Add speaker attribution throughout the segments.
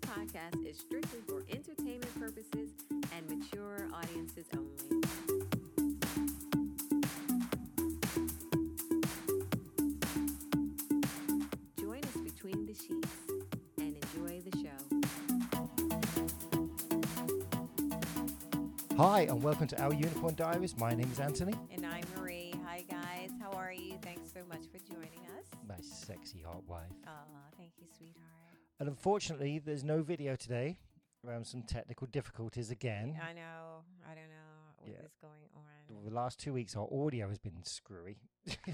Speaker 1: podcast is strictly for entertainment purposes and mature audiences only. Join us between the sheets and enjoy the show.
Speaker 2: Hi, and welcome to Our Unicorn Diaries. My name is Anthony.
Speaker 1: And I'm Marie. Hi, guys. How are you? Thanks so much for joining us.
Speaker 2: My sexy hot wife.
Speaker 1: Aw, thank you, sweetheart.
Speaker 2: And unfortunately, there's no video today around some technical difficulties again.
Speaker 1: I know. I don't know what is
Speaker 2: Yeah.
Speaker 1: going on.
Speaker 2: The last two weeks, our audio has been screwy.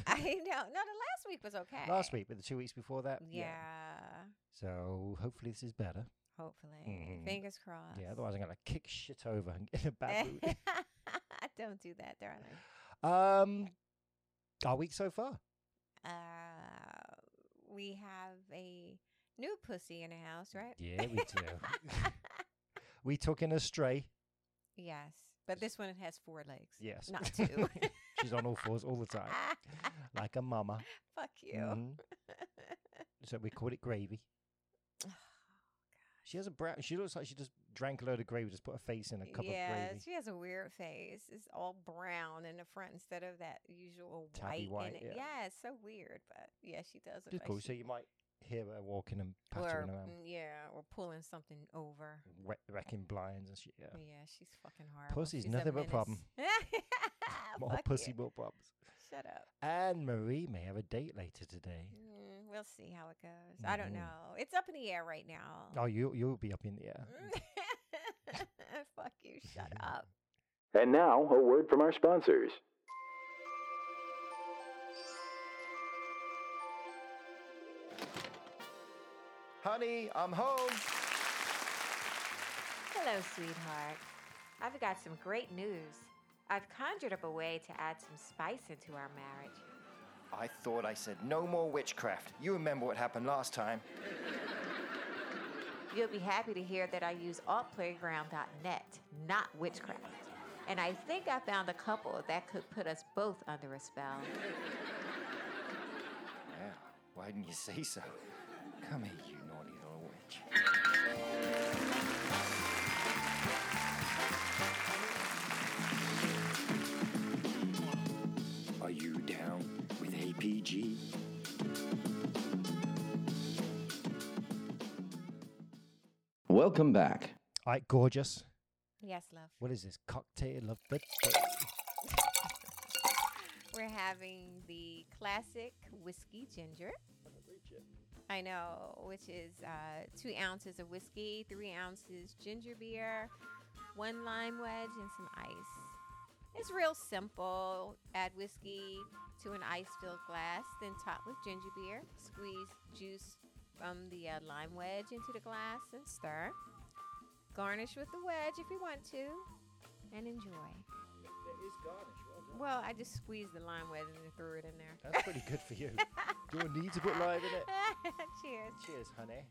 Speaker 1: I know. No, the last week was okay.
Speaker 2: Last week, but the two weeks before that.
Speaker 1: Eh. Yeah.
Speaker 2: So hopefully, this is better.
Speaker 1: Hopefully.
Speaker 2: Mhm.
Speaker 1: Fingers crossed.
Speaker 2: Yeah, otherwise, I'm going to kick shit over and get a bad
Speaker 1: Eh.
Speaker 2: mood.
Speaker 1: Don't do that, darling.
Speaker 2: um, our week so far.
Speaker 1: Uh, we have a new pussy in the house, right?
Speaker 2: Yeah, we do. we took in a stray.
Speaker 1: yes. But this one has four legs.
Speaker 2: Yes.
Speaker 1: Not two.
Speaker 2: She's on all fours all the time, like a mama.
Speaker 1: Fuck you.
Speaker 2: Mhm. So we called it gravy.
Speaker 1: Mm.
Speaker 2: She has a brown. She looks like she just drank a load of gravy, just put her face in a cup
Speaker 1: yeah,
Speaker 2: of gravy.
Speaker 1: she has a weird face. It's all brown in the front instead of that usual
Speaker 2: Tabby
Speaker 1: white. in
Speaker 2: white,
Speaker 1: it.
Speaker 2: yeah.
Speaker 1: it's so weird, but yeah, she does look
Speaker 2: It's
Speaker 1: like
Speaker 2: cool. So
Speaker 1: she-
Speaker 2: you might hear her walking and
Speaker 1: or,
Speaker 2: pattering around,
Speaker 1: mm, yeah, or pulling something over.
Speaker 2: wet, wrecking blinds and shit. Yeah.
Speaker 1: Yeah, she's fucking horrible.
Speaker 2: Pussy's
Speaker 1: She's a
Speaker 2: nothing but
Speaker 1: menace.
Speaker 2: problem. More
Speaker 1: Fuck
Speaker 2: pussy,
Speaker 1: you.
Speaker 2: more problems.
Speaker 1: Shut up.
Speaker 2: And Marie may have a date later today.
Speaker 1: Mm, we'll see how it goes. I don't
Speaker 2: Mhm.
Speaker 1: know. It's up in the air right now.
Speaker 2: Oh, you you'll be up in the air.
Speaker 1: Fuck you. Shut up.
Speaker 3: And now, a word from our sponsors.
Speaker 2: Honey, I'm home.
Speaker 1: Hello, sweetheart. I've got some great news. I've conjured up a way to add some spice into our marriage.
Speaker 2: I thought I said no more witchcraft. You remember what happened last time.
Speaker 1: You'll be happy to hear that I use allplayground.net, not witchcraft. And I think I found a couple that could put us both under a spell.
Speaker 2: Yeah. Why didn't you say so? Come here, you naughty little witch.
Speaker 3: Are you down with APG? Welcome back.
Speaker 2: All right, gorgeous.
Speaker 1: Yes, love.
Speaker 2: What is this cocktail of the
Speaker 1: We're having the classic whiskey ginger. I know, which is uh, two ounces of whiskey, three ounces ginger beer, one lime wedge, and some ice. It's real simple. Add whiskey to an ice filled glass, then top with ginger beer. Squeeze juice from the uh, lime wedge into the glass and stir. Garnish with the wedge if you want to, and enjoy. Well, I just squeezed the lime wedge and threw it in there.
Speaker 2: That's pretty good for you. You'll need to put lime in it.
Speaker 1: Cheers.
Speaker 2: Cheers, honey.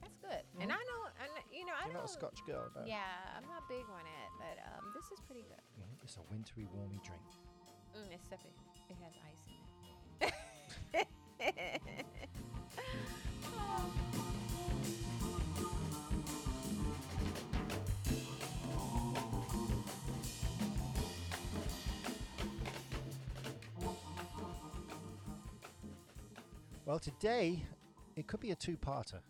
Speaker 1: That's good. And I know, I know- you know, I
Speaker 2: Mm-hmm. You're
Speaker 1: don't.
Speaker 2: not a Scotch girl, no.
Speaker 1: Yeah, I'm not big on it, but um, this is pretty good.
Speaker 2: Mhm, It's a wintry, warmy drink.
Speaker 1: Mm, except it, it has ice in it.
Speaker 2: Well, today it could be a two-parter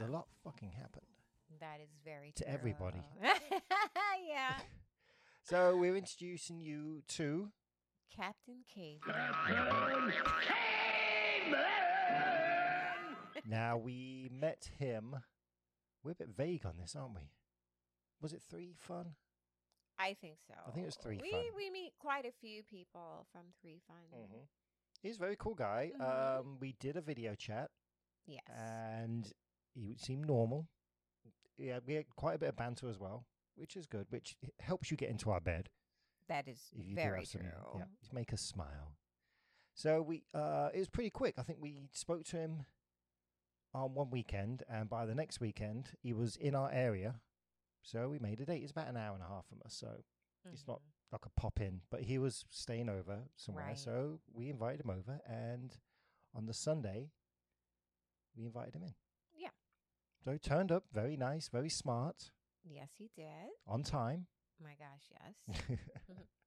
Speaker 1: yeah,
Speaker 2: a lot fucking happened.
Speaker 1: that is very
Speaker 2: to everybody.
Speaker 1: true. yeah,
Speaker 2: So we're introducing you to
Speaker 1: Captain Cave.
Speaker 2: now we met him. We're a bit vague on this, aren't we? Was it three fun?
Speaker 1: I think so.
Speaker 2: I think it was Three
Speaker 1: We
Speaker 2: Fun. Mm-hmm.
Speaker 1: we meet quite a few people from Three Fun.
Speaker 2: He's a very cool guy.
Speaker 1: Mhm.
Speaker 2: Um, we did a video chat.
Speaker 1: Yes.
Speaker 2: and he would seem normal. Yeah, we had quite a bit of banter as well, which is good, which h- helps you get into our bed.
Speaker 1: that is
Speaker 2: If you do
Speaker 1: very
Speaker 2: have some,
Speaker 1: true.
Speaker 2: yeah, to make us smile. So we, uh, it was pretty quick. I think we spoke to him on one weekend, and by the next weekend, he was in our area. So we made a date. It's about an hour and a half from us, so it's not like a pop in, but he was staying over somewhere.
Speaker 1: Right.
Speaker 2: So we invited him over, and on the Sunday, we invited him in.
Speaker 1: Yeah.
Speaker 2: So turned up, very nice, very smart,
Speaker 1: Mm-hmm. Yes, he did.
Speaker 2: on time.
Speaker 1: My gosh, yes.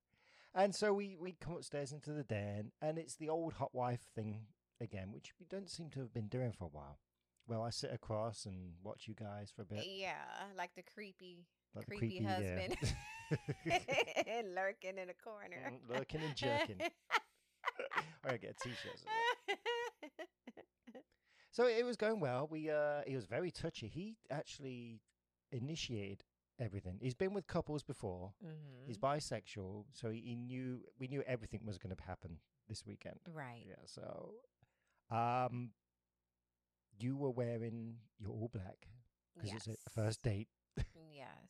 Speaker 2: and so we, we come upstairs into the den, and it's the old hot wife thing again, which we don't seem to have been doing for a while. Well, I sit across and watch you guys for a bit.
Speaker 1: yeah, like the creepy,
Speaker 2: like the
Speaker 1: creepy, husband
Speaker 2: Yeah.
Speaker 1: lurking in the corner.
Speaker 2: Mm, lurking and jerking. I gotta get a t-shirt. as well. So it was going well. We uh, he was very touchy. He actually initiated everything. He's been with couples before.
Speaker 1: Mhm.
Speaker 2: He's bisexual, so he, he knew we knew everything was going to happen this weekend.
Speaker 1: Mm-hmm. Right.
Speaker 2: Yeah. So, um, you were wearing your all black because
Speaker 1: yes.
Speaker 2: it's a first date,
Speaker 1: Yes.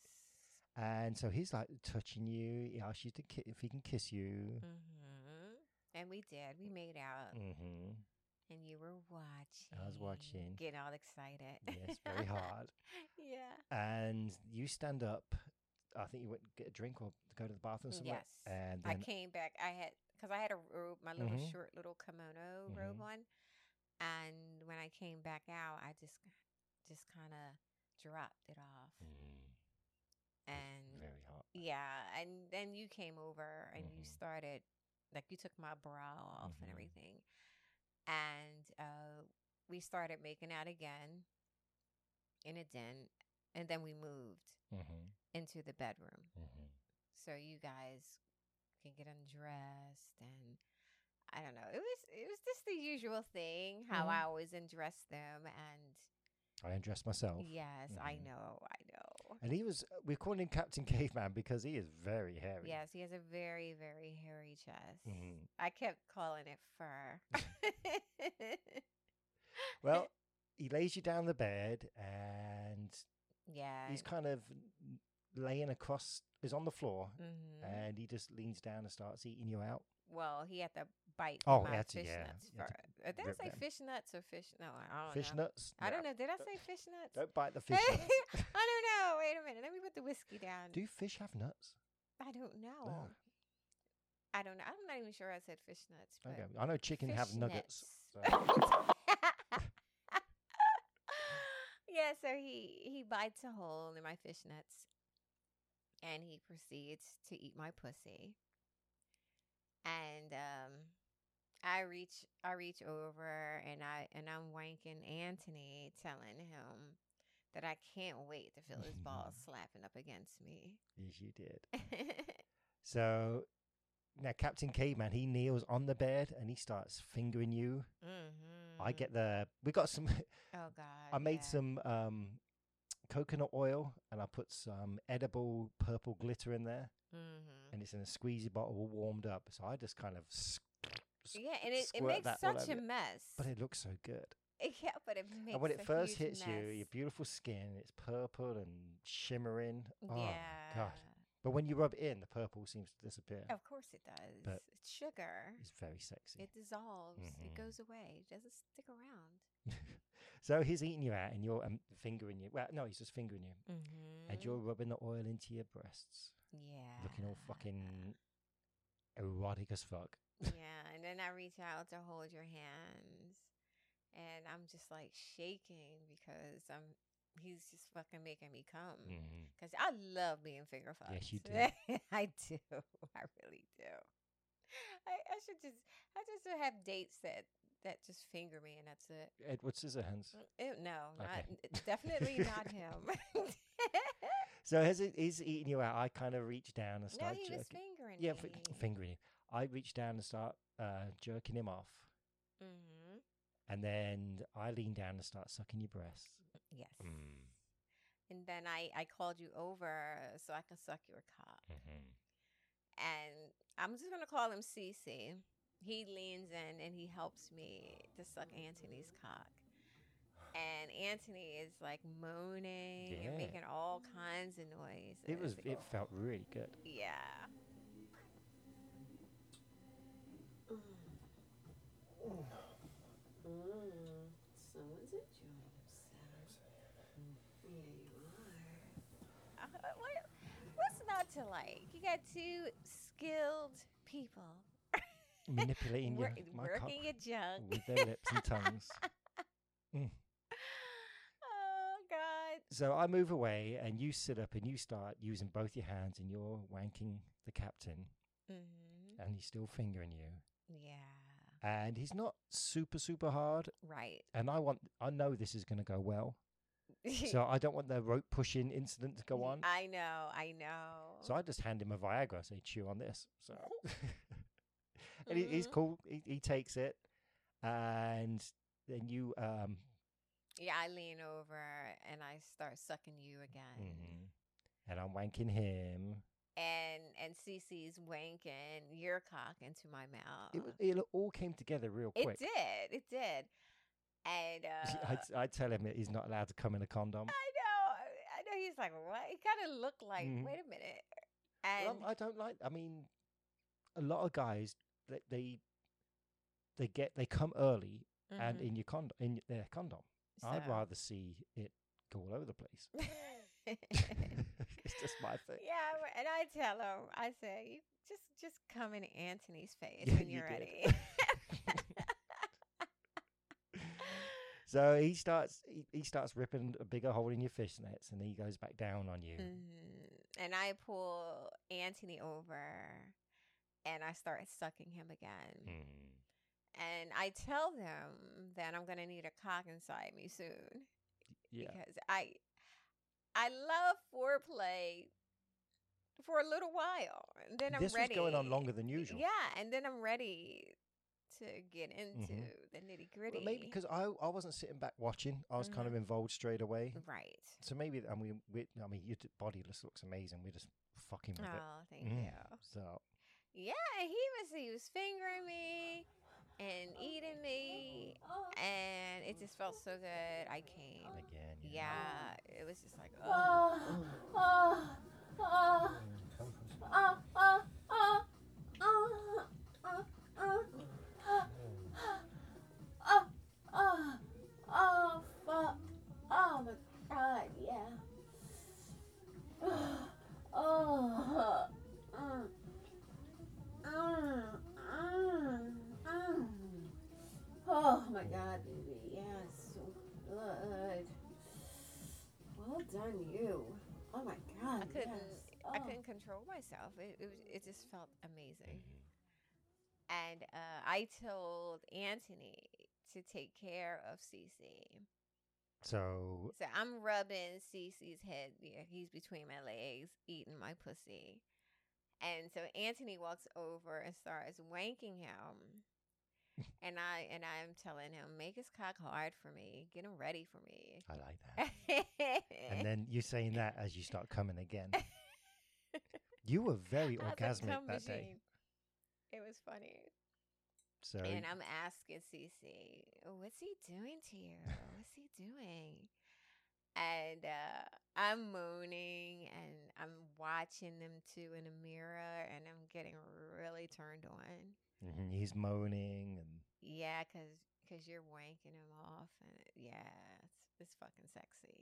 Speaker 2: and so he's like touching you. He asks you to ki- if he can kiss you.
Speaker 1: hmm And we did. We made out,
Speaker 2: hmm
Speaker 1: and you were watching.
Speaker 2: was watching.
Speaker 1: Getting all excited.
Speaker 2: Yes, very hard.
Speaker 1: yeah.
Speaker 2: and you stand up. I think you went to get a drink or to go to the bathroom
Speaker 1: Yes.
Speaker 2: somewhere. And
Speaker 1: I
Speaker 2: then
Speaker 1: came back. I had because I had a robe, my little
Speaker 2: Mhm.
Speaker 1: short little kimono robe
Speaker 2: Mhm.
Speaker 1: on, and when I came back out, I just just kind of dropped it off,
Speaker 2: Mm,
Speaker 1: and
Speaker 2: very hot.
Speaker 1: yeah, and then you came over and you
Speaker 2: Mhm.
Speaker 1: started like you took my bra off and
Speaker 2: Mhm.
Speaker 1: everything, and uh, we started making out again in a den, and then we moved
Speaker 2: Mm-hmm,
Speaker 1: into the bedroom
Speaker 2: mm-hmm.
Speaker 1: so you guys can get undressed and I don't know. It was it was just the usual thing how
Speaker 2: Mm-hmm.
Speaker 1: I always undress them and
Speaker 2: I undressed myself.
Speaker 1: yes, I
Speaker 2: Mhm.
Speaker 1: know, I know.
Speaker 2: And he was, we're calling him Captain Caveman because he is very hairy.
Speaker 1: Yes, he has a very very hairy chest.
Speaker 2: Mhm.
Speaker 1: I kept calling it fur.
Speaker 2: Well, he lays you down the bed and
Speaker 1: yeah.
Speaker 2: he's kind of laying across, is on the floor.
Speaker 1: Mhm.
Speaker 2: And he just leans down and starts eating you out.
Speaker 1: well, he had to bite
Speaker 2: Oh,
Speaker 1: my
Speaker 2: that's-
Speaker 1: fish
Speaker 2: yeah,
Speaker 1: nuts
Speaker 2: you had
Speaker 1: fur.
Speaker 2: to
Speaker 1: Uh, Did I
Speaker 2: rip
Speaker 1: say
Speaker 2: them.
Speaker 1: fish nuts or fish? Oh, No, I don't
Speaker 2: Fish
Speaker 1: know.
Speaker 2: nuts?
Speaker 1: I don't
Speaker 2: No,
Speaker 1: know. Did I
Speaker 2: Don't-
Speaker 1: say fish nuts?
Speaker 2: Don't bite the fish nuts.
Speaker 1: I don't know. Wait a minute. Let me put the whiskey down.
Speaker 2: Do fish have nuts?
Speaker 1: I don't know.
Speaker 2: No.
Speaker 1: I don't know. I'm not even sure I said fish nuts. But
Speaker 2: Okay. I know chicken have
Speaker 1: fish
Speaker 2: nuggets.
Speaker 1: nets.
Speaker 2: so-
Speaker 1: yeah, so he he bites a hole in my fish nuts and he proceeds to eat my pussy. And um I reach I reach over and I and I'm wanking Anthony telling him that I can't wait to feel his balls
Speaker 2: Mm-hmm.
Speaker 1: slapping up against me.
Speaker 2: yes, you did. So now Captain Caveman, he kneels on the bed and he starts fingering you. I
Speaker 1: Mhm.
Speaker 2: get the we got some
Speaker 1: Oh God!
Speaker 2: I made
Speaker 1: yeah.
Speaker 2: some um coconut oil and I put some edible purple glitter in there
Speaker 1: Mhm.
Speaker 2: and it's in a squeezy bottle all warmed up. So I just kind of s- s-
Speaker 1: Yeah, and it, it
Speaker 2: squirt
Speaker 1: makes
Speaker 2: that all
Speaker 1: such a
Speaker 2: over you.
Speaker 1: mess.
Speaker 2: but it looks so good.
Speaker 1: It- yeah, but it makes.
Speaker 2: and when it
Speaker 1: a
Speaker 2: first
Speaker 1: huge
Speaker 2: hits you, your
Speaker 1: mess.
Speaker 2: beautiful skin, it's purple and shimmering. Oh my
Speaker 1: yeah.
Speaker 2: god. But when you rub it in, the purple seems to disappear.
Speaker 1: Of course it does.
Speaker 2: But-
Speaker 1: it's sugar.
Speaker 2: It's very sexy.
Speaker 1: It dissolves.
Speaker 2: Mhm.
Speaker 1: It goes away. It doesn't stick around.
Speaker 2: So he's eating you out and you're um, fingering you. Well, no, he's just fingering you.
Speaker 1: Mm-hmm.
Speaker 2: And you're rubbing the oil into your breasts,
Speaker 1: yeah.
Speaker 2: looking all fucking erotic as fuck.
Speaker 1: yeah, and then I reach out to hold your hands, and I'm just like shaking because I'm. He's just fucking making me come.
Speaker 2: Mm.
Speaker 1: Because I love being finger fucked.
Speaker 2: Yes, you
Speaker 1: I do. I really do. I, I should just, I just should have dates that that just finger me and that's it. Mm,
Speaker 2: Edward Scissorhands.
Speaker 1: Ew, no, not,
Speaker 2: Okay.
Speaker 1: n- definitely not him. no,
Speaker 2: So as it- he's eating you out, I kind of reach down and start
Speaker 1: he was
Speaker 2: jerking.
Speaker 1: fingering
Speaker 2: yeah,
Speaker 1: me.
Speaker 2: fi- fingering you. I reach down and start uh, jerking him off.
Speaker 1: hmm
Speaker 2: And then I lean down and start sucking your breasts.
Speaker 1: Yes.
Speaker 2: Mm.
Speaker 1: And then I, I called you over so I can suck your cock. and I'm just gonna call him Cece. He leans in and he helps me to suck Anthony's cock. And Anthony is like moaning
Speaker 2: Yeah.
Speaker 1: and making all kinds of noises.
Speaker 2: It was. It felt really good.
Speaker 1: yeah. Someone's enjoying themselves. Yeah, you are. Uh, what, what's not to like? You got two skilled people
Speaker 2: Manipulating your,
Speaker 1: wor-
Speaker 2: my cock
Speaker 1: working a junk.
Speaker 2: with their lips and tongues.
Speaker 1: Oh God,
Speaker 2: So I move away and you sit up and you start using both your hands and you're wanking the captain
Speaker 1: Mm-hmm.
Speaker 2: and he's still fingering you.
Speaker 1: Yeah.
Speaker 2: And he's not super, super hard.
Speaker 1: Right.
Speaker 2: And I want, I know this is going to go well. So I don't want the rope pushing incident to go on.
Speaker 1: I know. I know.
Speaker 2: So I just hand him a Viagra, say, chew on this. So, and he, he's
Speaker 1: Mhm.
Speaker 2: cool. He, he takes it. And then you, um,
Speaker 1: yeah, I lean over and I start sucking you again.
Speaker 2: mhm. and I'm wanking him.
Speaker 1: And and Cece's wanking your cock into my mouth.
Speaker 2: It, wa- it all came together real
Speaker 1: It
Speaker 2: quick.
Speaker 1: did. It did. And uh,
Speaker 2: I, I tell him that he's not allowed to come in a condom.
Speaker 1: I know. I know. He's like, what? He kind of looked like.
Speaker 2: Mhm.
Speaker 1: Wait a minute.
Speaker 2: Well,
Speaker 1: And
Speaker 2: I'm- I don't like. I mean, a lot of guys that they they get they come early and
Speaker 1: Mhm.
Speaker 2: in your condom in their condom. I'd
Speaker 1: mm-hmm, So-
Speaker 2: rather see it go all over the place. it's just my thing.
Speaker 1: yeah, w- and I tell him, I say, you just just come in Anthony's face
Speaker 2: Yeah,
Speaker 1: when
Speaker 2: you
Speaker 1: you're ready.
Speaker 2: did. So he starts he, he starts ripping a bigger hole in your fishnets, and then he goes back down on you.
Speaker 1: Mhm. And I pull Anthony over and I start sucking him again.
Speaker 2: Mm.
Speaker 1: And I tell them that I'm going to need a cock inside me soon.
Speaker 2: Yeah,
Speaker 1: because I I love foreplay for a little while, and then I'm
Speaker 2: this
Speaker 1: ready.
Speaker 2: was going on longer than usual.
Speaker 1: Yeah, and then I'm ready to get into the nitty gritty.
Speaker 2: Mm-hmm. Well, maybe because I I wasn't sitting back watching. I was kind
Speaker 1: Mhm.
Speaker 2: of involved straight away.
Speaker 1: right.
Speaker 2: So maybe I mean we I mean your d- body just looks amazing. We're just fucking with it.
Speaker 1: Oh, thank
Speaker 2: Mm.
Speaker 1: you.
Speaker 2: So
Speaker 1: Yeah, he was he was fingering me and eating me, and it just felt so good. I came.
Speaker 2: again,
Speaker 1: Yeah,
Speaker 2: yeah.
Speaker 1: it was just like oh.
Speaker 4: Ah, ah, ah, ah, ah, ah, ah, ah, ah, ah, ah, fuck. Oh my god, yeah. Oh, mm, mm, mm, mm. oh my god, baby, yeah, it's so good. Well done, you. Oh my god.
Speaker 1: I couldn't.
Speaker 4: yes.
Speaker 1: I
Speaker 4: Oh.
Speaker 1: couldn't control myself. It it, was, it just felt amazing. And uh, I told Anthony to take care of Cece.
Speaker 2: So
Speaker 1: So I'm rubbing Cece's head. Yeah, he's between my legs, eating my pussy. And so Anthony walks over and starts wanking him. and I and I'm telling him, make his cock hard for me. Get him ready for me.
Speaker 2: I like that. and then you saying that as you start coming again. you were very
Speaker 1: I was a
Speaker 2: orgasmic
Speaker 1: cum
Speaker 2: that day.
Speaker 1: machine. It was funny.
Speaker 2: So
Speaker 1: And I'm asking Cece, what's he doing to you? What's he doing? And uh, I'm moaning and I'm watching them two in a mirror and I'm getting really turned on.
Speaker 2: mhm, he's moaning and
Speaker 1: Yeah, because cause you're wanking him off. And it- yeah, it's, it's fucking sexy.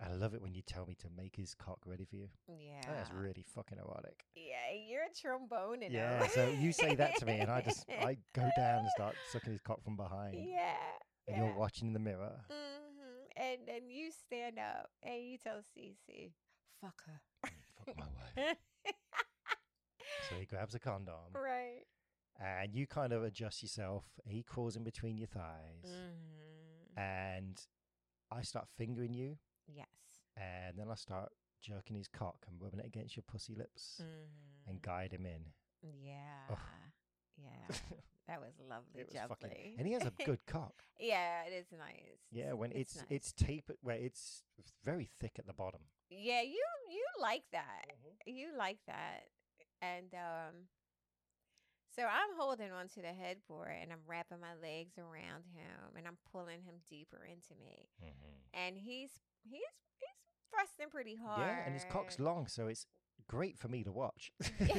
Speaker 2: I love it when you tell me to make his cock ready for you.
Speaker 1: Yeah.
Speaker 2: That's really fucking erotic.
Speaker 1: yeah, you're a trombone. and
Speaker 2: yeah.
Speaker 1: all.
Speaker 2: So you say that to me and I just I go down and start sucking his cock from behind.
Speaker 1: Yeah.
Speaker 2: And
Speaker 1: yeah.
Speaker 2: you're watching in the mirror.
Speaker 1: hmm And then you stand up and you tell Cece, fuck her.
Speaker 2: Fuck my wife. So he grabs a condom.
Speaker 1: right.
Speaker 2: and you kind of adjust yourself. He crawls in between your thighs,
Speaker 1: Mm-hmm.
Speaker 2: and I start fingering you,
Speaker 1: Yes.
Speaker 2: and then I start jerking his cock and rubbing it against your pussy lips
Speaker 1: Mm-hmm.
Speaker 2: and guide him in.
Speaker 1: yeah. Yeah. That was lovely,
Speaker 2: it was
Speaker 1: jubbly.
Speaker 2: fucking, and he has a good cock.
Speaker 1: yeah, it is nice.
Speaker 2: Yeah, when it's it's,
Speaker 1: nice.
Speaker 2: tapered, where it's very thick at the bottom.
Speaker 1: yeah, you you like that.
Speaker 2: Mm-hmm.
Speaker 1: You like that, and um, so I'm holding onto the headboard and I'm wrapping my legs around him and I'm pulling him deeper into me, and he's he's he's thrusting pretty hard.
Speaker 2: Yeah, and his cock's long, so it's great for me to watch.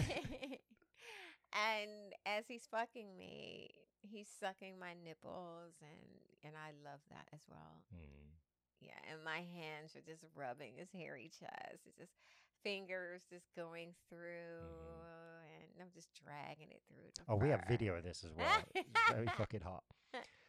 Speaker 1: and as he's fucking me, he's sucking my nipples, and and I love that as well.
Speaker 2: Mm.
Speaker 1: Yeah, and my hands are just rubbing his hairy chest. It's just fingers just going
Speaker 2: Mm-hmm.
Speaker 1: through, and I'm just dragging it through. the
Speaker 2: Oh, we have
Speaker 1: fur.
Speaker 2: video of this as well. It's very fucking hot.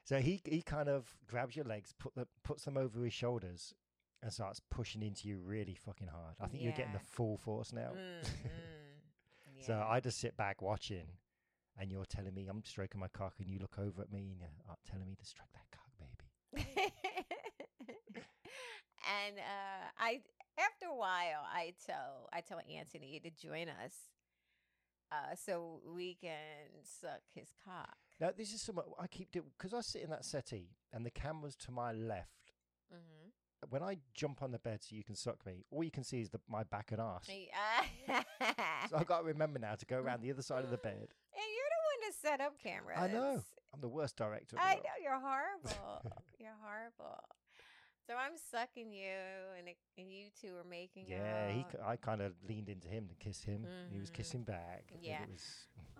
Speaker 2: So he he kind of grabs your legs, put the, puts them over his shoulders, and starts pushing into you really fucking hard. I think you're getting the
Speaker 1: Yeah.
Speaker 2: full force now.
Speaker 1: Mm, mm.
Speaker 2: So
Speaker 1: Yeah.
Speaker 2: I just sit back watching, and you're telling me I'm stroking my cock, and you look over at me and you're uh, telling me to stroke that cock, baby.
Speaker 1: and uh, I, after a while, I tell I tell Anthony to join us, uh, so we can suck his cock.
Speaker 2: Now this is something I keep doing because I sit in that settee and the camera's to my left.
Speaker 1: Mm-hmm.
Speaker 2: When I jump on the bed so you can suck me, all you can see is the, my back and ass. So I've got to remember now to go around the other side of the bed.
Speaker 1: and you're the one to set up cameras.
Speaker 2: I know. I'm the worst director. in the
Speaker 1: I
Speaker 2: world.
Speaker 1: know you're horrible. you're horrible. So I'm sucking you, and, it, and you two are making
Speaker 2: Yeah, he,
Speaker 1: out.
Speaker 2: ki- I kind of leaned into him and kissed him. He was
Speaker 1: Mhm.
Speaker 2: kissing back. and
Speaker 1: Yeah.
Speaker 2: It was,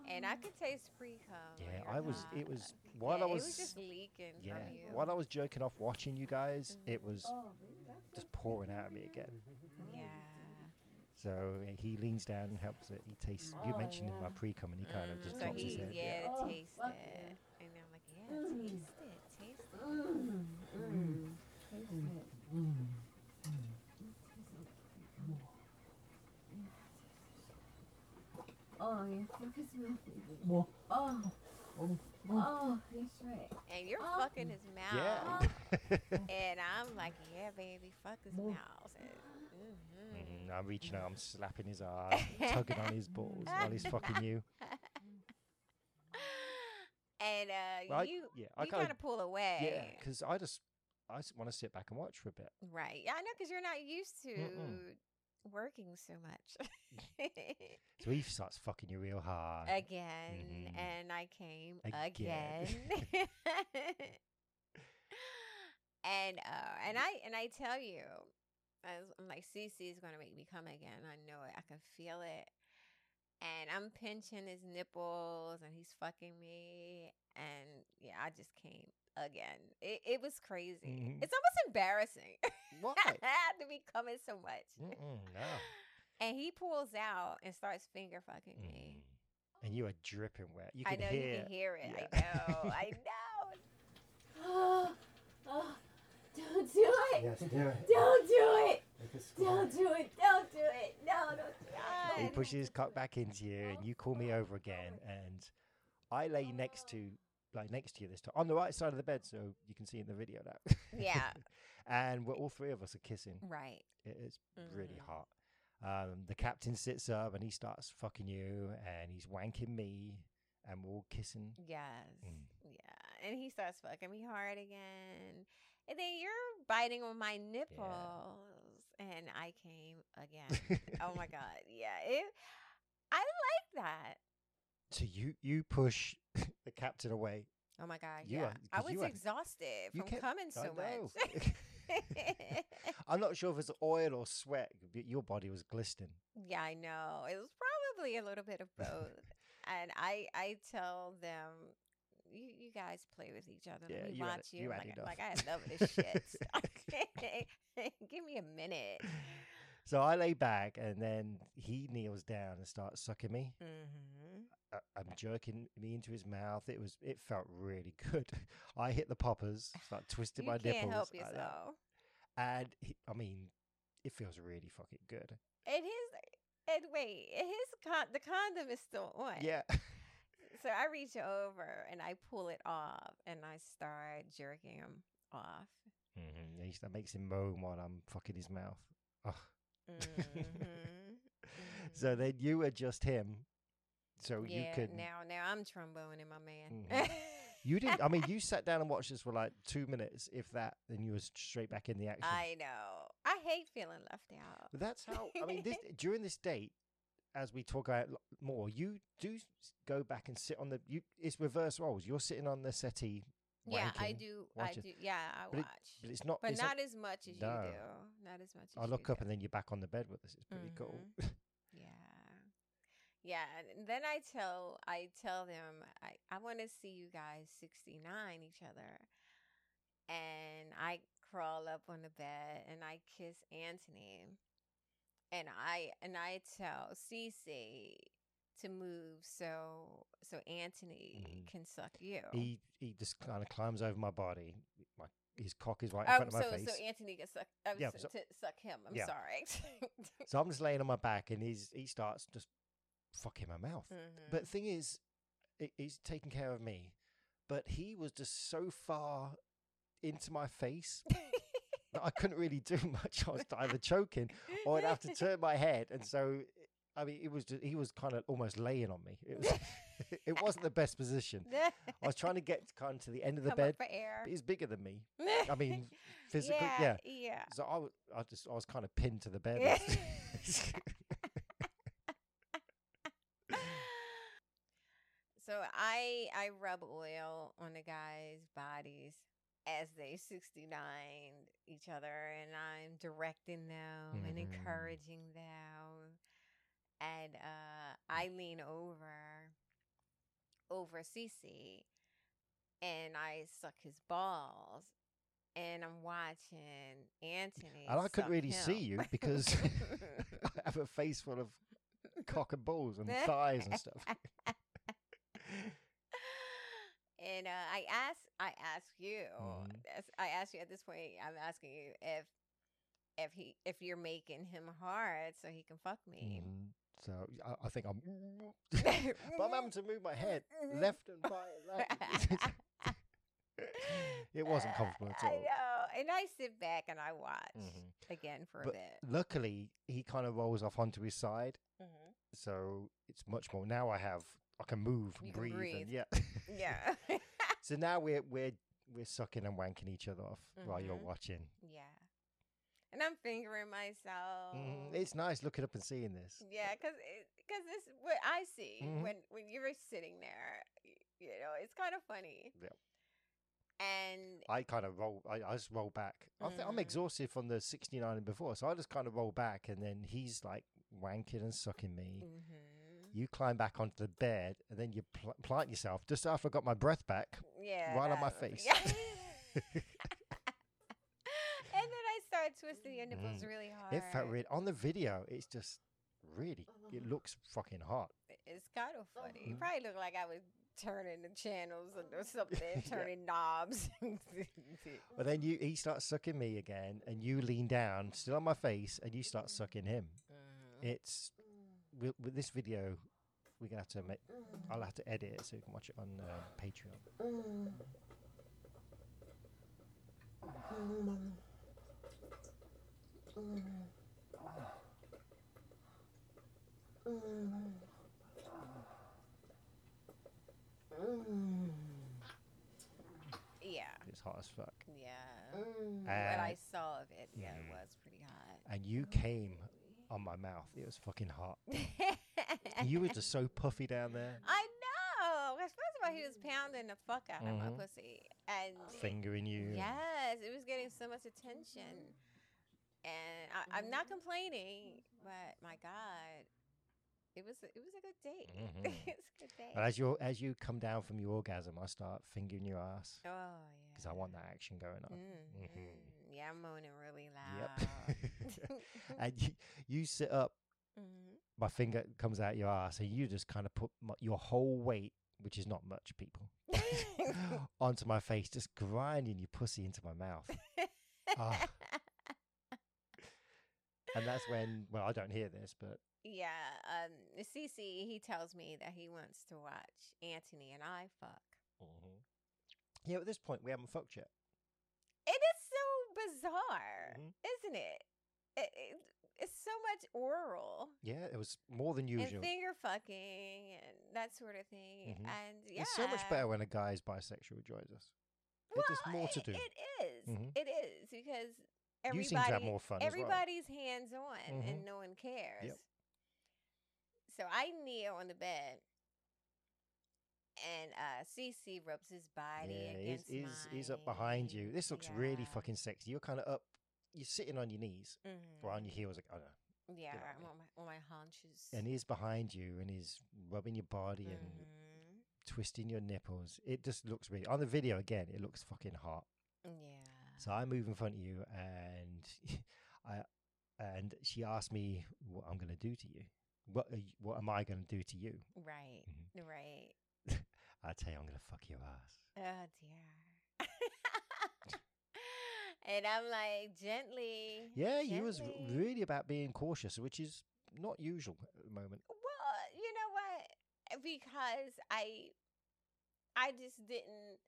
Speaker 1: and
Speaker 4: oh.
Speaker 1: I could taste pre cum.
Speaker 2: yeah, I was. It was while
Speaker 1: yeah,
Speaker 2: I was.
Speaker 1: it was just leaking
Speaker 2: yeah,
Speaker 1: from you. Mm-hmm.
Speaker 2: while I was jerking off, watching you guys, it was
Speaker 4: Oh, that's
Speaker 2: just pouring out of me again.
Speaker 1: yeah.
Speaker 2: So uh, he leans down and helps it. He tastes. You
Speaker 4: Oh,
Speaker 2: mentioned my
Speaker 4: yeah.
Speaker 2: pre cum, and he kind of just
Speaker 1: Mm-hmm. so
Speaker 2: drops his
Speaker 1: he,
Speaker 2: head.
Speaker 1: yeah,
Speaker 4: Mm-hmm. Oh,
Speaker 1: taste
Speaker 4: fuck
Speaker 1: it. And I'm like, yeah,
Speaker 4: Mm.
Speaker 1: taste it, taste it.
Speaker 4: Mm, mm. Taste it. Oh, your cock is melting. Oh, oh, that's right.
Speaker 1: And you're
Speaker 4: Oh.
Speaker 1: fucking his
Speaker 2: Yeah.
Speaker 1: mouth. and I'm like, yeah, baby, fuck his mouth. And, mhm.
Speaker 2: Mm, I'm reaching out, I'm slapping his ass, tugging on his balls while he's fucking you.
Speaker 1: And uh,
Speaker 2: Well, I-
Speaker 1: you,
Speaker 2: yeah, I
Speaker 1: you
Speaker 2: kinda-
Speaker 1: kind of pull
Speaker 2: Yeah,
Speaker 1: away.
Speaker 2: because I just I want to sit back and watch for a bit.
Speaker 1: Right. Yeah, I know, because you're not used to
Speaker 2: Mm-mm. Mm.
Speaker 1: working so much.
Speaker 2: So he starts fucking you real hard.
Speaker 1: again
Speaker 2: Mhm.
Speaker 1: and I came
Speaker 2: Again.
Speaker 1: again. and uh, and I and I tell you, I was- I'm like Cece is gonna make me come again. I know it. I can feel it. And I'm pinching his nipples, and he's fucking me. And yeah, I just came again. It, it was crazy.
Speaker 2: Mhm.
Speaker 1: It's almost embarrassing
Speaker 2: Why?
Speaker 1: to be coming so much.
Speaker 2: Mm-mm, no.
Speaker 1: And he pulls out and starts finger fucking me.
Speaker 2: Mm. And you are dripping wet. You
Speaker 1: I
Speaker 2: can
Speaker 1: know
Speaker 2: hear.
Speaker 1: you can hear it.
Speaker 2: yeah.
Speaker 1: I know. I know.
Speaker 4: Oh, oh, don't do it.
Speaker 5: Yes, do it.
Speaker 4: Don't do it.
Speaker 5: Make it squirt.
Speaker 4: Don't do it. Don't do it. No, don't do it.
Speaker 2: He pushes his cock back into you, and you call me over again, and I lay next to, like next to you this time, on the right side of the bed, so you can see in the video now.
Speaker 1: Yeah.
Speaker 2: and we're all three of us are kissing.
Speaker 1: Right.
Speaker 2: It is really
Speaker 1: Mhm.
Speaker 2: hot. Um, the captain sits up and he starts fucking you, and he's wanking me, and we're all kissing.
Speaker 1: Mm-hmm. Yes.
Speaker 2: Mm.
Speaker 1: Yeah. And he starts fucking me hard again. And then you're biting on my nipples. And I came again. oh my God. Yeah. It, I like that.
Speaker 2: So you you push the captain away.
Speaker 1: Oh my God.
Speaker 2: You
Speaker 1: yeah.
Speaker 2: are-
Speaker 1: I
Speaker 2: 'cause
Speaker 1: was
Speaker 2: you are-
Speaker 1: exhausted
Speaker 2: you
Speaker 1: from
Speaker 2: kept-
Speaker 1: coming so
Speaker 2: I know.
Speaker 1: much.
Speaker 2: I'm not sure if it's oil or sweat, but your body was glistening.
Speaker 1: Yeah, I know. It was probably a little bit of both. and I I tell them you, you guys play with each other.
Speaker 2: Yeah,
Speaker 1: Let me
Speaker 2: you had-
Speaker 1: watch you.
Speaker 2: you
Speaker 1: I'm
Speaker 2: had
Speaker 1: like,
Speaker 2: enough.
Speaker 1: like I love this shit. Give me a minute.
Speaker 2: So I lay back, and then he kneels down and starts sucking me.
Speaker 1: Mm-hmm.
Speaker 2: I- I'm jerking me into his mouth. It was it felt really good. I hit the poppers, start twisting
Speaker 1: You
Speaker 2: my
Speaker 1: can't
Speaker 2: nipples,
Speaker 1: help
Speaker 2: like that.
Speaker 1: yourself.
Speaker 2: and he, I mean, it feels really fucking good.
Speaker 1: And his and wait, and his con- the condom is still on.
Speaker 2: Yeah,
Speaker 1: So I reach over and I pull it off and I start jerking him off.
Speaker 2: Mhm, yeah, he- that makes him moan while I'm fucking his mouth. Ugh.
Speaker 1: Mhm.
Speaker 2: So then you adjust him, so
Speaker 1: yeah,
Speaker 2: you Mm-hmm. can.
Speaker 1: now now I'm tromboning my man.
Speaker 2: You didn't. I mean, you sat down and watched this for like two minutes, if that. Then you were straight back in the action.
Speaker 1: I know. I hate feeling left out.
Speaker 2: But That's how. I mean, this, during this date, as we talk about lo- more, you do s- go back and sit on the. You it's reverse roles. You're sitting on the settee.
Speaker 1: yeah, I
Speaker 2: wanking,
Speaker 1: do. I
Speaker 2: watching.
Speaker 1: do. Yeah, I
Speaker 2: But it-
Speaker 1: watch.
Speaker 2: but it's not.
Speaker 1: but
Speaker 2: it's
Speaker 1: not as much as
Speaker 2: No.
Speaker 1: you do. Not as much as
Speaker 2: I look
Speaker 1: you
Speaker 2: up
Speaker 1: do.
Speaker 2: and then you're back on the bed with us. It's pretty cool.
Speaker 1: Mm-hmm. Yeah. Yeah. And then I tell I tell them I, I wanna see you guys sixty nine each other. And I crawl up on the bed and I kiss Anthony. And I and I tell Cece to move so so Anthony
Speaker 2: Mhm.
Speaker 1: can suck you.
Speaker 2: He he just kind of climbs over my body. My his cock is right in
Speaker 1: Oh,
Speaker 2: front of
Speaker 1: so,
Speaker 2: my face.
Speaker 1: so Anthony gets suck. I was
Speaker 2: Yeah,
Speaker 1: s-
Speaker 2: so-
Speaker 1: to suck him. I'm
Speaker 2: Yeah.
Speaker 1: sorry.
Speaker 2: So I'm just laying on my back, and he's he starts just fucking my mouth.
Speaker 1: Mhm.
Speaker 2: But thing is, i- he's taking care of me, but he was just so far into my face that I couldn't really do much. I was either choking or I'd oh, have to
Speaker 1: Mm-hmm.
Speaker 2: turn my head, and so I mean, it was just, he was kind of almost laying on me. It was it wasn't the best position. I was trying to get kind of to the end of the
Speaker 1: Come
Speaker 2: bed.
Speaker 1: up for air.
Speaker 2: but He's bigger than me. I mean, physically, yeah.
Speaker 1: yeah, yeah.
Speaker 2: So I, w- I just I was kind of pinned to the bed.
Speaker 1: So I I rub oil on the guys' bodies as they 69 each other and I'm directing them and
Speaker 2: Mhm.
Speaker 1: encouraging them. And uh,
Speaker 2: Mm.
Speaker 1: I lean over over Cece and I suck his balls and I'm watching Anthony.
Speaker 2: and I
Speaker 1: suck
Speaker 2: couldn't really see
Speaker 1: him.
Speaker 2: you because I have a face full of cock and balls and thighs and stuff.
Speaker 1: and uh, I ask, I ask you,
Speaker 2: Mhm.
Speaker 1: as- I ask you at this point. I'm asking you if, if he, if you're making him hard so he can fuck me.
Speaker 2: Mhm. So I, I think I'm, Mm-hmm. but I'm having to move
Speaker 1: Mm-hmm.
Speaker 2: my head left and right. And left. it wasn't comfortable at
Speaker 1: I
Speaker 2: all.
Speaker 1: know, and I sit back and I watch
Speaker 2: Mhm.
Speaker 1: again for a
Speaker 2: But
Speaker 1: bit.
Speaker 2: Luckily, he kind of rolls off onto his side,
Speaker 1: Mm-hmm.
Speaker 2: so it's much more. Now I have, I can move,
Speaker 1: You
Speaker 2: and
Speaker 1: can
Speaker 2: breathe,
Speaker 1: breathe.
Speaker 2: and yeah.
Speaker 1: Yeah,
Speaker 2: so now we're we're we're sucking and wanking each other off while you're
Speaker 1: Mhm.
Speaker 2: watching.
Speaker 1: yeah, and I'm fingering myself.
Speaker 2: Mm, it's nice looking up and seeing this.
Speaker 1: Yeah, because because this what I see
Speaker 2: Mhm.
Speaker 1: when when you're sitting there, y- you know, it's kind of funny.
Speaker 2: Yep.
Speaker 1: And
Speaker 2: I kind of roll. I, I just roll back. I think I'm
Speaker 1: Mm.
Speaker 2: exhausted from the 69 and before, so I just kind of roll back, and then he's like wanking and sucking me.
Speaker 1: Mhm.
Speaker 2: You climb back onto the bed, and then you pl- plant yourself just after I got my breath back.
Speaker 1: yeah,
Speaker 2: right on my
Speaker 1: that-
Speaker 2: face.
Speaker 1: Yeah. and then I started twisting your nipples
Speaker 2: Mm.
Speaker 1: really hard.
Speaker 2: It felt really on the video. It's just really. It looks fucking hot.
Speaker 1: It's kind of funny. It
Speaker 2: Mhm.
Speaker 1: probably looked like I was turning the channels or- or something,
Speaker 2: Yeah.
Speaker 1: turning knobs.
Speaker 2: But then you he starts sucking me again, and you lean down, still on my face, and you start sucking him. It's with, with this video. We're gonna have to make. I'll have to edit it so you can watch it on uh, Patreon.
Speaker 1: yeah,
Speaker 2: It's hot as fuck.
Speaker 1: yeah.
Speaker 2: And,
Speaker 1: what I saw of it, yeah,
Speaker 2: Mhm.
Speaker 1: it was pretty hot.
Speaker 2: and you came on my mouth. It was fucking hot. you were just so puffy down there,
Speaker 1: I know. 'cause First of all, he was pounding the fuck out of
Speaker 2: Mhm.
Speaker 1: my pussy, and
Speaker 2: fingering you. and-
Speaker 1: yes, it was getting so much attention. And I, I'm not
Speaker 2: Mm-hmm.
Speaker 1: complaining, but my God, it was it was a good date.
Speaker 2: Mhm.
Speaker 1: it was a good date.
Speaker 2: But as you as you come down from your orgasm, I start fingering your ass
Speaker 1: oh yeah.
Speaker 2: because I want that action going on.
Speaker 1: Mm,
Speaker 2: Mhm.
Speaker 1: mm. Yeah, I'm moaning really loud.
Speaker 2: Yep. and you, you sit up,
Speaker 1: Mhm.
Speaker 2: my finger comes out your ass, and you just kind of put my, your whole weight, which is not much, people, onto my face, just grinding your pussy into my mouth. Ah. And that's when, well, I don't hear this, but
Speaker 1: Yeah, um, Cece, he tells me that he wants to watch Anthony and I fuck. Mm-hmm.
Speaker 2: yeah, at this point, we haven't fucked yet.
Speaker 1: It is so bizarre,
Speaker 2: Mhm.
Speaker 1: isn't it? It, it? It's so much oral
Speaker 2: Yeah, it was more than usual.
Speaker 1: and finger fucking and that sort of thing.
Speaker 2: Mhm.
Speaker 1: And yeah,
Speaker 2: It's so much better when a guy is bisexual, joins us. It's just
Speaker 1: Well,
Speaker 2: more to
Speaker 1: it-
Speaker 2: do.
Speaker 1: It is.
Speaker 2: Mhm.
Speaker 1: It is because everybody,
Speaker 2: you seem to have more fun
Speaker 1: everybody's hands on and
Speaker 2: Mhm.
Speaker 1: no one cares. So I kneel on the bed and uh CC rubs his
Speaker 2: as
Speaker 1: body
Speaker 2: well. Yeah,
Speaker 1: against
Speaker 2: he's, he's, he's up behind you.
Speaker 1: mine.
Speaker 2: This looks really
Speaker 1: Yeah.
Speaker 2: fucking sexy. You're kind of up, you're sitting on your knees
Speaker 1: Mhm.
Speaker 2: or on your heels. Like, I don't know.
Speaker 1: Yeah,
Speaker 2: what I
Speaker 1: I'm
Speaker 2: mean.
Speaker 1: on my, on my haunches.
Speaker 2: And he's behind you and he's rubbing your body and
Speaker 1: Mhm.
Speaker 2: twisting your nipples. It just looks really, on the video again, it looks fucking hot.
Speaker 1: Mm-hmm. Yeah.
Speaker 2: So I move in front of you, and I and she asked me what I'm going to do to you. What are you, what am I going to do to you?
Speaker 1: Right.
Speaker 2: Mm-hmm.
Speaker 1: Right.
Speaker 2: I tell you, I'm going to fuck your ass.
Speaker 1: Oh dear. And I'm like, gently.
Speaker 2: Yeah, you was r-
Speaker 1: gently."
Speaker 2: really about being cautious, which is not usual at the moment.
Speaker 1: Well, you know what? Because I, I just didn't.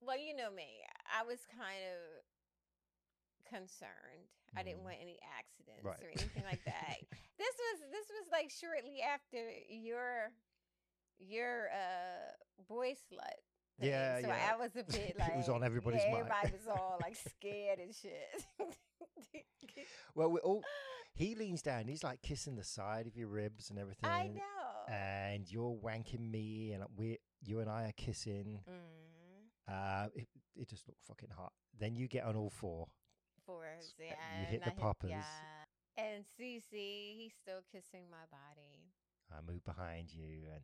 Speaker 1: Well, you know me. I was kind of concerned. I didn't
Speaker 2: Mm.
Speaker 1: want any accidents
Speaker 2: Right.
Speaker 1: or anything like that. this was this was like shortly after your your uh boy slut. thing.
Speaker 2: Yeah,
Speaker 1: so
Speaker 2: yeah.
Speaker 1: I was a bit like
Speaker 2: It was on everybody's
Speaker 1: yeah,
Speaker 2: mind.
Speaker 1: Everybody was all like scared and shit.
Speaker 2: Well, we all he leans down. He's like kissing the side of your ribs and everything.
Speaker 1: I know.
Speaker 2: uh And you're wanking me, and we, you and I are kissing.
Speaker 1: mm.
Speaker 2: Uh, it, it just looked fucking hot. Then you get on all four.
Speaker 1: fours.
Speaker 2: you
Speaker 1: Yeah,
Speaker 2: hit
Speaker 1: and
Speaker 2: the poppers.
Speaker 1: yeah. And Cece, he's still kissing my body.
Speaker 2: I move behind you and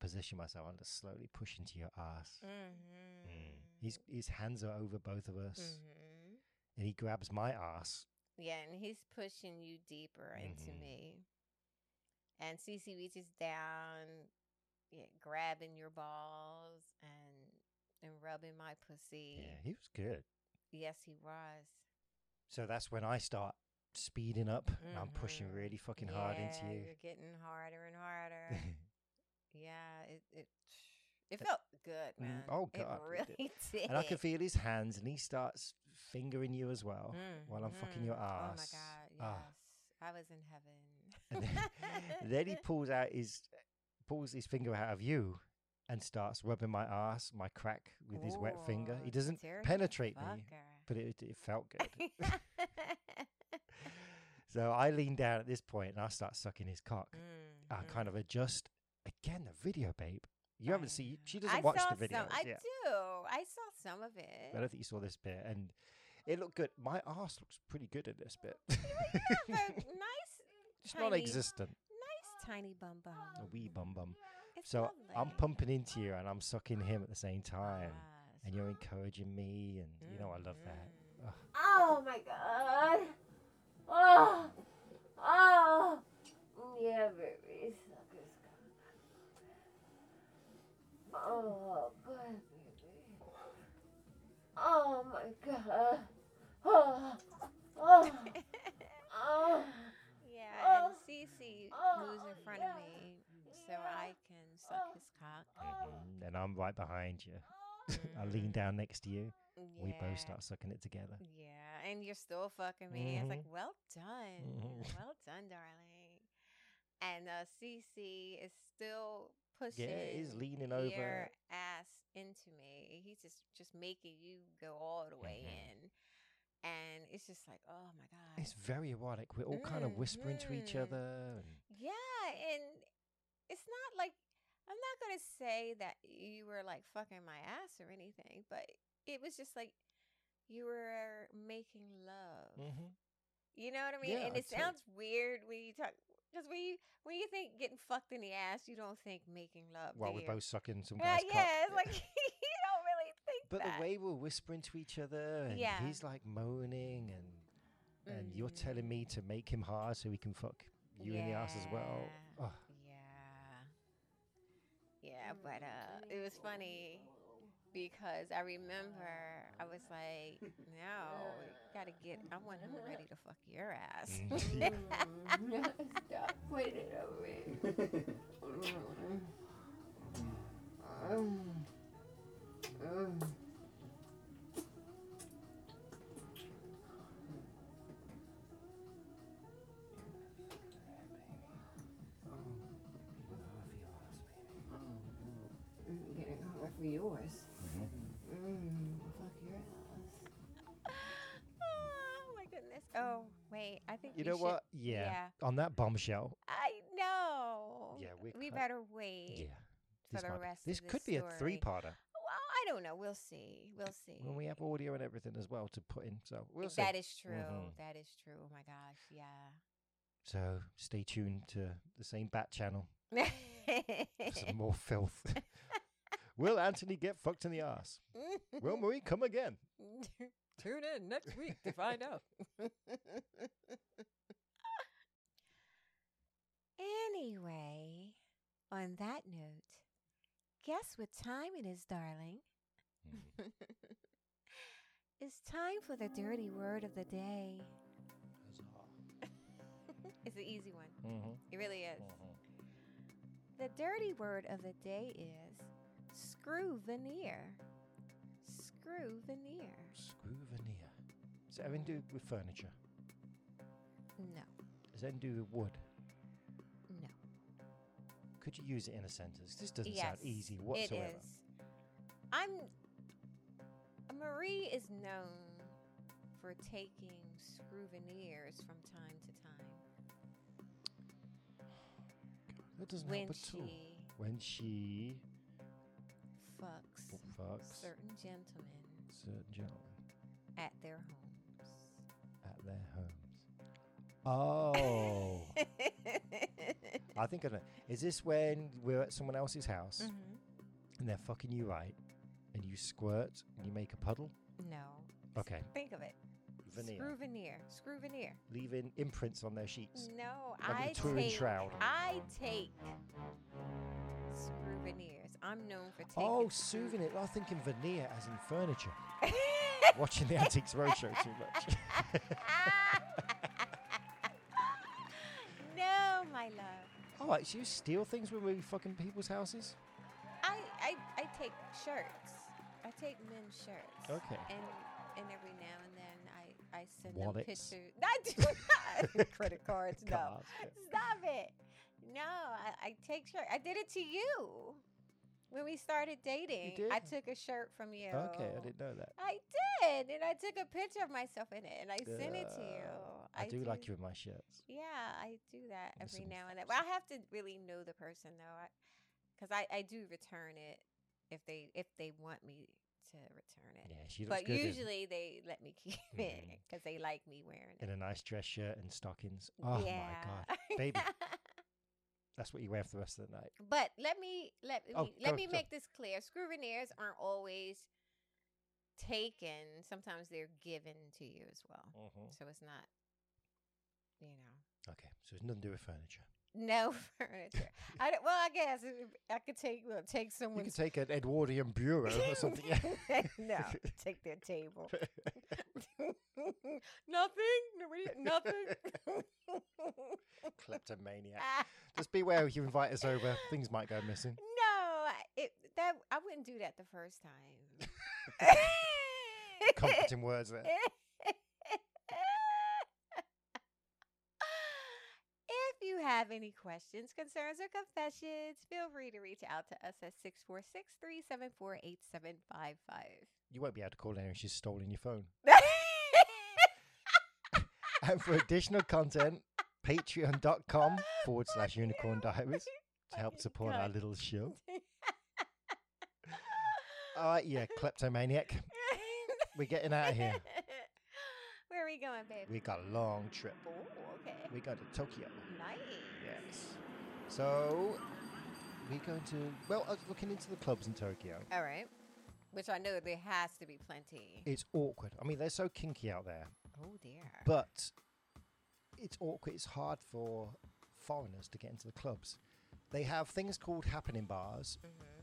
Speaker 2: position myself and just slowly push into your ass.
Speaker 1: Mm-hmm.
Speaker 2: Mm. His his hands are over both of us,
Speaker 1: hmm
Speaker 2: and he grabs my ass.
Speaker 1: Yeah, and he's pushing you deeper into
Speaker 2: Mhm.
Speaker 1: me. And Cece reaches down, yeah, grabbing your balls and and rubbing my pussy.
Speaker 2: Yeah, he was good.
Speaker 1: Yes, he was.
Speaker 2: So that's when I start speeding up. And I'm pushing
Speaker 1: Mhm.
Speaker 2: really fucking hard
Speaker 1: Yeah,
Speaker 2: into you.
Speaker 1: You're getting harder and harder. yeah, it it it felt good,
Speaker 2: Mm,
Speaker 1: man.
Speaker 2: oh,
Speaker 1: it
Speaker 2: God, it did.
Speaker 1: really did.
Speaker 2: and I can feel his hands, and he starts fingering you as well while I'm fucking your
Speaker 1: Mhm.
Speaker 2: ass.
Speaker 1: Oh my god,
Speaker 2: Ah.
Speaker 1: yes. I was in heaven.
Speaker 2: And then, then he pulls out his pulls his finger out of you and starts rubbing my ass, my crack with his wet finger. He
Speaker 1: Ooh,
Speaker 2: doesn't
Speaker 1: dirty
Speaker 2: penetrate me,
Speaker 1: fucker.
Speaker 2: but it, it felt good. so I lean down at this point and I start sucking his cock.
Speaker 1: Mm,
Speaker 2: I
Speaker 1: mm.
Speaker 2: kind of adjust again the video, babe. ah, You haven't
Speaker 1: I
Speaker 2: seen. She
Speaker 1: know.
Speaker 2: doesn't
Speaker 1: mm. I
Speaker 2: watch
Speaker 1: saw
Speaker 2: the video.
Speaker 1: Some, I
Speaker 2: yeah.
Speaker 1: do. I saw some of it.
Speaker 2: I don't think you saw this bit, and it looked good. My ass looks pretty good in this bit.
Speaker 1: You have a nice,
Speaker 2: it's
Speaker 1: tiny- Oh,
Speaker 2: non-existent.
Speaker 1: nice tiny bum bum.
Speaker 2: A wee bum bum.
Speaker 1: It's
Speaker 2: So
Speaker 1: lovely.
Speaker 2: I'm pumping into you, and I'm sucking him at the same time,
Speaker 1: Yes.
Speaker 2: and you're encouraging me, and you know I love
Speaker 1: Mm-hmm.
Speaker 2: that. Ugh.
Speaker 4: Oh my god. Oh. Oh. Yeah, baby. Suckers. Oh, good, baby. Oh my god. Oh. Oh. Oh.
Speaker 1: yeah,
Speaker 4: Oh.
Speaker 1: and Cece
Speaker 4: Oh,
Speaker 1: moves in front of
Speaker 4: yeah.
Speaker 1: me so I can suck
Speaker 4: Oh.
Speaker 1: his cock. Oh.
Speaker 2: Mhm. And I'm right behind you. I lean down next to you. We
Speaker 1: Mm-hmm. Yeah.
Speaker 2: both start sucking it together.
Speaker 1: Yeah, and you're still fucking me. It's like,
Speaker 2: Mm-hmm.
Speaker 1: well done,
Speaker 2: Mhm.
Speaker 1: well done, darling. And uh, Cece is still pushing.
Speaker 2: Yeah, he's leaning over.
Speaker 1: your ass into me. He's just just making you go all the way
Speaker 2: Mhm.
Speaker 1: in, and it's just like, oh my god.
Speaker 2: It's very erotic. We're all kind of whispering to each
Speaker 1: Mhm.
Speaker 2: other. And
Speaker 1: yeah, and it's not like I'm not gonna say that you were like fucking my ass or anything, but it was just like you were making love.
Speaker 2: Mhm.
Speaker 1: You know what I mean?
Speaker 2: Yeah,
Speaker 1: and
Speaker 2: I
Speaker 1: it
Speaker 2: totally-
Speaker 1: sounds weird when you talk because when you when you think getting fucked in the ass, you don't think making love.
Speaker 2: While
Speaker 1: do
Speaker 2: we're
Speaker 1: you?
Speaker 2: both sucking some
Speaker 1: yeah,
Speaker 2: guy's cock.
Speaker 1: yeah, it's like you don't really think
Speaker 2: But
Speaker 1: that.
Speaker 2: the way we're whispering to each other, and
Speaker 1: Yeah.
Speaker 2: he's like moaning, and and you're
Speaker 1: Mhm.
Speaker 2: telling me to make him hard so he can fuck you in the ass as well.
Speaker 1: Yeah.
Speaker 2: Oh,
Speaker 1: yeah, yeah, but uh, it was funny because I remember I was like, no, you gotta get. I want him ready to fuck your ass.
Speaker 2: Oh,
Speaker 4: Stop pointing at me. Um, um. I'm getting hungry for yours. Mm, fuck your ass.
Speaker 1: oh my goodness. Oh wait, I think
Speaker 2: you
Speaker 1: we
Speaker 2: know
Speaker 1: should-
Speaker 2: what? Yeah.
Speaker 1: yeah. Oh,
Speaker 2: On that bombshell.
Speaker 1: I know.
Speaker 2: Yeah, we
Speaker 1: we
Speaker 2: cut-
Speaker 1: better wait.
Speaker 2: Yeah.
Speaker 1: For
Speaker 2: This,
Speaker 1: the
Speaker 2: might be-
Speaker 1: rest of
Speaker 2: this
Speaker 1: the
Speaker 2: could be
Speaker 1: story.
Speaker 2: a three-parter
Speaker 1: Well, I don't know. We'll see. We'll see.
Speaker 2: when we have audio and everything as well to put in. So we'll see.
Speaker 1: That is true.
Speaker 2: Mhm.
Speaker 1: That is true. Oh my gosh. Yeah.
Speaker 2: So stay tuned to the same Bat channel for some more filth. Will Anthony get fucked in the ass? Will Marie come again?
Speaker 1: Tune in next week to find out. anyway, on that note, guess what time it is, darling? It's time for the dirty word of the day. Mm-hmm. It's an easy one.
Speaker 2: Mm-hmm.
Speaker 1: It really is. The dirty word of the day is screw veneer. Screw veneer.
Speaker 2: Screw veneer. Is that anything to do with furniture?
Speaker 1: No,
Speaker 2: Is that anything to do with wood?
Speaker 1: no.
Speaker 2: Could you use it in a sentence? This doesn't sound easy whatsoever.
Speaker 1: It is. I'm. Marie is known for taking souvenirs from time to time
Speaker 2: That doesn't
Speaker 1: when
Speaker 2: help at all.
Speaker 1: she
Speaker 2: When she
Speaker 1: fucks
Speaker 2: fucks
Speaker 1: certain gentlemen
Speaker 2: certain gentlemen
Speaker 1: at their homes.
Speaker 2: at their homes. Oh, I think I know. Is this when we're at someone else's house
Speaker 1: Mhm.
Speaker 2: and they're fucking you right, and you squirt and you make a puddle?
Speaker 1: No.
Speaker 2: Okay,
Speaker 1: Think of it.
Speaker 2: veneer,
Speaker 1: Screw Mm, veneer. Screw veneer.
Speaker 2: leaving imprints on their sheets.
Speaker 1: No,
Speaker 2: Like a
Speaker 1: I
Speaker 2: touring
Speaker 1: take.
Speaker 2: shroud.
Speaker 1: I take souvenirs. I'm known for taking.
Speaker 2: Oh, souvenir. I'm thinking veneer as in furniture.
Speaker 1: souvenir.
Speaker 2: Watching the Antiques Roadshow too much.
Speaker 1: no, my love.
Speaker 2: oh, like, so you steal things when we fucking people's houses?
Speaker 1: I, I I take shirts. I take men's shirts.
Speaker 2: Okay.
Speaker 1: And and every now and then I I send
Speaker 2: Wallets.
Speaker 1: them pictures. I do not credit cards. No.
Speaker 2: Cards, yeah.
Speaker 1: Stop it. No, I, I take shirt. I did it to you when we started dating. I
Speaker 2: did?
Speaker 1: took a shirt from you.
Speaker 2: Okay, I didn't know that.
Speaker 1: I did, and I took a picture of myself in it, and I sent it to you.
Speaker 2: Uh, I, do, like you in my shirts.
Speaker 1: Yeah, I do that
Speaker 2: There's
Speaker 1: every
Speaker 2: some
Speaker 1: now and then.
Speaker 2: facts.
Speaker 1: Well, I have to really know the person though, because I, I do return it if they if they want me to return it.
Speaker 2: Yeah, she looks
Speaker 1: but
Speaker 2: good in-
Speaker 1: usually they let me keep it 'cause it
Speaker 2: Mhm.
Speaker 1: because they like me wearing
Speaker 2: in
Speaker 1: it.
Speaker 2: a nice dress shirt and stockings. Oh
Speaker 1: yeah.
Speaker 2: my god, baby, that's what you wear for the rest of the night.
Speaker 1: But let me let me
Speaker 2: Oh,
Speaker 1: let
Speaker 2: go-
Speaker 1: me
Speaker 2: go.
Speaker 1: make this clear. Screw veneers aren't always taken. Sometimes they're given to you as well.
Speaker 2: Oh. Mm-hmm.
Speaker 1: So it's not, you know.
Speaker 2: Okay, so it's nothing to do with furniture.
Speaker 1: No furniture. I don't, well, I guess it- I could take well, take
Speaker 2: You
Speaker 1: someone's
Speaker 2: could take an Edwardian bureau or something. Yeah.
Speaker 1: no, take their table. nothing. Nobody. Nothing.
Speaker 2: Kleptomaniac.
Speaker 1: Ah,
Speaker 2: Just beware if you invite us over, things might go missing.
Speaker 1: no, I- it, that I wouldn't do that the first time.
Speaker 2: Comforting words there.
Speaker 1: If you have any questions, concerns, or confessions, feel free to reach out to us at 646 374 8755.
Speaker 2: You won't be able to call her if she's stolen your phone. And for additional content, patreon.com forward slash unicorn diaries to help support our little show. All right, yeah, kleptomaniac. We're Uh, getting out of here.
Speaker 1: Where are we going, babe?
Speaker 2: We got a long trip.
Speaker 1: oh, okay.
Speaker 2: We go to Tokyo.
Speaker 1: nice.
Speaker 2: Yes. So we going to. Well, I was looking into the clubs in Tokyo.
Speaker 1: All right. Which I know there has to be plenty.
Speaker 2: It's awkward. I mean, they're so kinky out there,
Speaker 1: oh, dear.
Speaker 2: but it's awkward. It's hard for foreigners to get into the clubs. They have things called happening bars,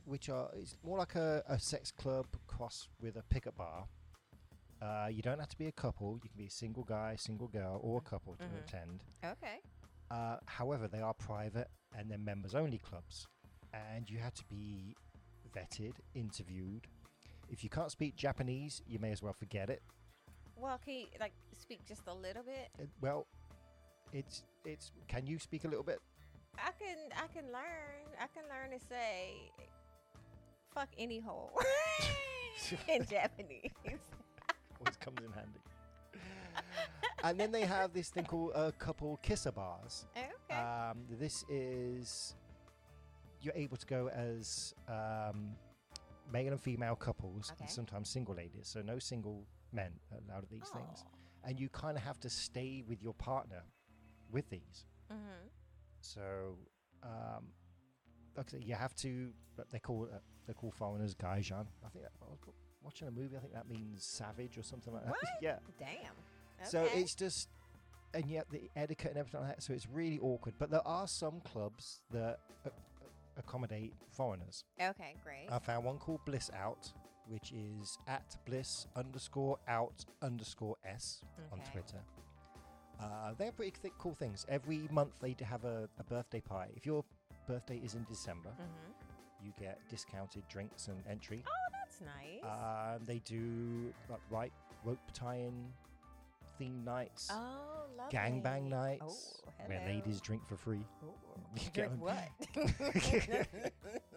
Speaker 2: which are it's more like a, a sex club cross with a pickup bar. Uh, you don't have to be a couple. You can be a single guy, single girl, or a couple to attend.
Speaker 1: okay.
Speaker 2: Uh, however, they are private and they're members only clubs. And you have to be vetted, interviewed. If you can't speak Japanese, you may as well forget it.
Speaker 1: Well, can you, like, speak just a little bit?
Speaker 2: Uh, well, it's it's. Can you speak a little bit?
Speaker 1: I can I can learn. I can learn to say fuck any hole in Japanese.
Speaker 2: Always comes in handy. and then they have this thing called a couple kisser bars.
Speaker 1: Okay.
Speaker 2: Um, this is you're able to go as um, male and female couples,
Speaker 1: Okay.
Speaker 2: and sometimes single ladies. So no single men allowed at these
Speaker 1: Oh.
Speaker 2: things, and you kind of have to stay with your partner with these.
Speaker 1: mm-hmm.
Speaker 2: So, um, like I said, you have to. but They call uh, they call foreigners gaijin. I think that, I was watching a movie. I think that means savage or something like that.
Speaker 1: What?
Speaker 2: yeah.
Speaker 1: Damn.
Speaker 2: So
Speaker 1: Okay.
Speaker 2: it's just, and yet the etiquette and everything like that. So it's really awkward. But there are some clubs that a- a- accommodate foreigners.
Speaker 1: okay, great.
Speaker 2: I found one called Bliss Out, which is at bliss underscore out underscore s on
Speaker 1: Okay.
Speaker 2: Twitter. Uh, they're pretty th- cool things. Every month they d- have a, a birthday party. If your birthday is in December,
Speaker 1: Mm-hmm.
Speaker 2: you get discounted drinks and entry.
Speaker 1: Oh, that's nice.
Speaker 2: Um, they do like right rope tying theme nights,
Speaker 1: oh, lovely.
Speaker 2: gangbang nights,
Speaker 1: Oh,
Speaker 2: where
Speaker 1: hello.
Speaker 2: ladies drink for free.
Speaker 1: Oh,
Speaker 2: You
Speaker 1: drink
Speaker 2: going-
Speaker 1: what?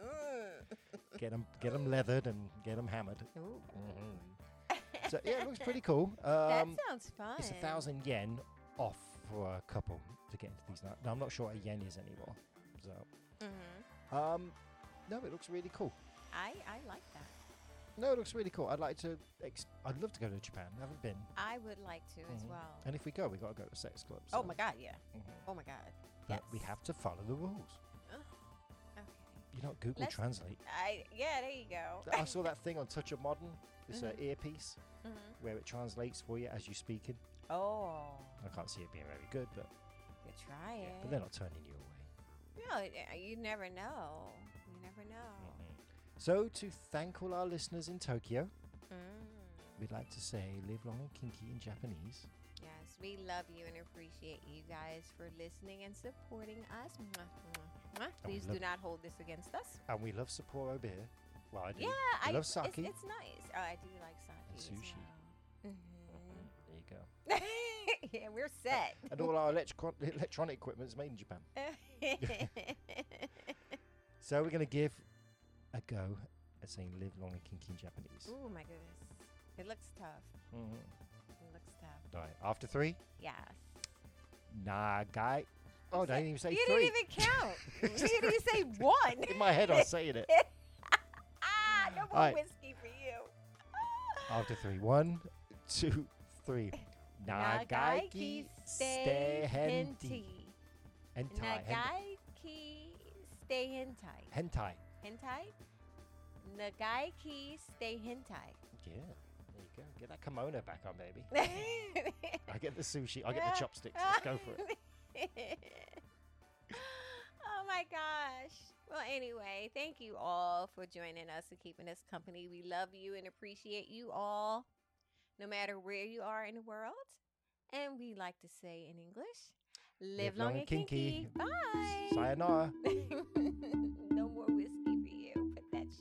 Speaker 2: Get them, get them leathered and get them hammered. Mm-hmm.
Speaker 1: Ooh.
Speaker 2: So yeah, it looks pretty cool.
Speaker 1: that
Speaker 2: Um,
Speaker 1: sounds fun.
Speaker 2: it's a thousand yen off for a couple to get into these nights. Now, I'm not sure what a yen is anymore. So,
Speaker 1: Mhm.
Speaker 2: um, no, it looks really cool.
Speaker 1: I I like that.
Speaker 2: No, it looks really cool. I'd like to. Ex- I'd love to go to Japan. I haven't been.
Speaker 1: I would like to as
Speaker 2: Mhm.
Speaker 1: well.
Speaker 2: And if we go, we got to go to sex clubs.
Speaker 1: Oh
Speaker 2: Mm-hmm.
Speaker 1: my god, yeah. Oh my god.
Speaker 2: But we
Speaker 1: Yes.
Speaker 2: have to follow the rules.
Speaker 1: Okay.
Speaker 2: You know, Google
Speaker 1: Let's-
Speaker 2: Translate.
Speaker 1: I yeah, there you go.
Speaker 2: I saw that thing on Touch of Modern. This
Speaker 1: Mm-hmm.
Speaker 2: uh, earpiece
Speaker 1: Mhm.
Speaker 2: where it translates for you as you're speaking.
Speaker 1: Oh,
Speaker 2: I can't see it being very good, but
Speaker 1: you could try it.
Speaker 2: yeah, but they're not turning you away.
Speaker 1: no, it- uh, you never know. You never know.
Speaker 2: Mm-hmm. So to thank all our listeners in Tokyo,
Speaker 1: Mm.
Speaker 2: we'd like to say live long and kinky in Japanese.
Speaker 1: Yes, we love you and appreciate you guys for listening and supporting us. Mwah, mwah, mwah.
Speaker 2: Oh, we
Speaker 1: Please do
Speaker 2: love-
Speaker 1: not hold this against us.
Speaker 2: And we love Sapporo beer. Well, I do.
Speaker 1: Yeah,
Speaker 2: I
Speaker 1: I
Speaker 2: love
Speaker 1: it's-
Speaker 2: sake.
Speaker 1: It's, nice. Oh, I do like sake.
Speaker 2: sushi.
Speaker 1: Mm-hmm.
Speaker 2: Mm, There you go. Mm-hmm.
Speaker 1: yeah, we're set.
Speaker 2: And all our electro- electronic equipment is made in Japan. So we're going to give a go at saying live long and kinky in Japanese.
Speaker 1: oh my goodness, it looks tough.
Speaker 2: Mhm.
Speaker 1: It looks tough.
Speaker 2: All right. After three,
Speaker 1: Yes.
Speaker 2: nagai. Oh, no, I didn't even say
Speaker 1: you
Speaker 2: three.
Speaker 1: didn't even count. you didn't even say one.
Speaker 2: in my head, I was saying it.
Speaker 1: ah, no more
Speaker 2: All right.
Speaker 1: whiskey for you.
Speaker 2: After three. One, two, three. Nagaiki
Speaker 1: Nagaiki
Speaker 2: stay hentai.
Speaker 1: hentai.
Speaker 2: Hentai. hen-
Speaker 1: Nagaiki stay hentai.
Speaker 2: Hentai.
Speaker 1: Hentai? Nagaiki stay hentai.
Speaker 2: Yeah. There you go. Get that kimono back on, baby.
Speaker 1: I
Speaker 2: I get the sushi. I get the chopsticks. Let's go for it.
Speaker 1: it. oh my gosh. Well, anyway, thank you all for joining us and keeping us company. We love you and appreciate you all, no matter where you are in the world. And we like to say in English, live, long, and kinky. Bye.
Speaker 2: Sayonara.
Speaker 1: no more whiskey for you. Put that shit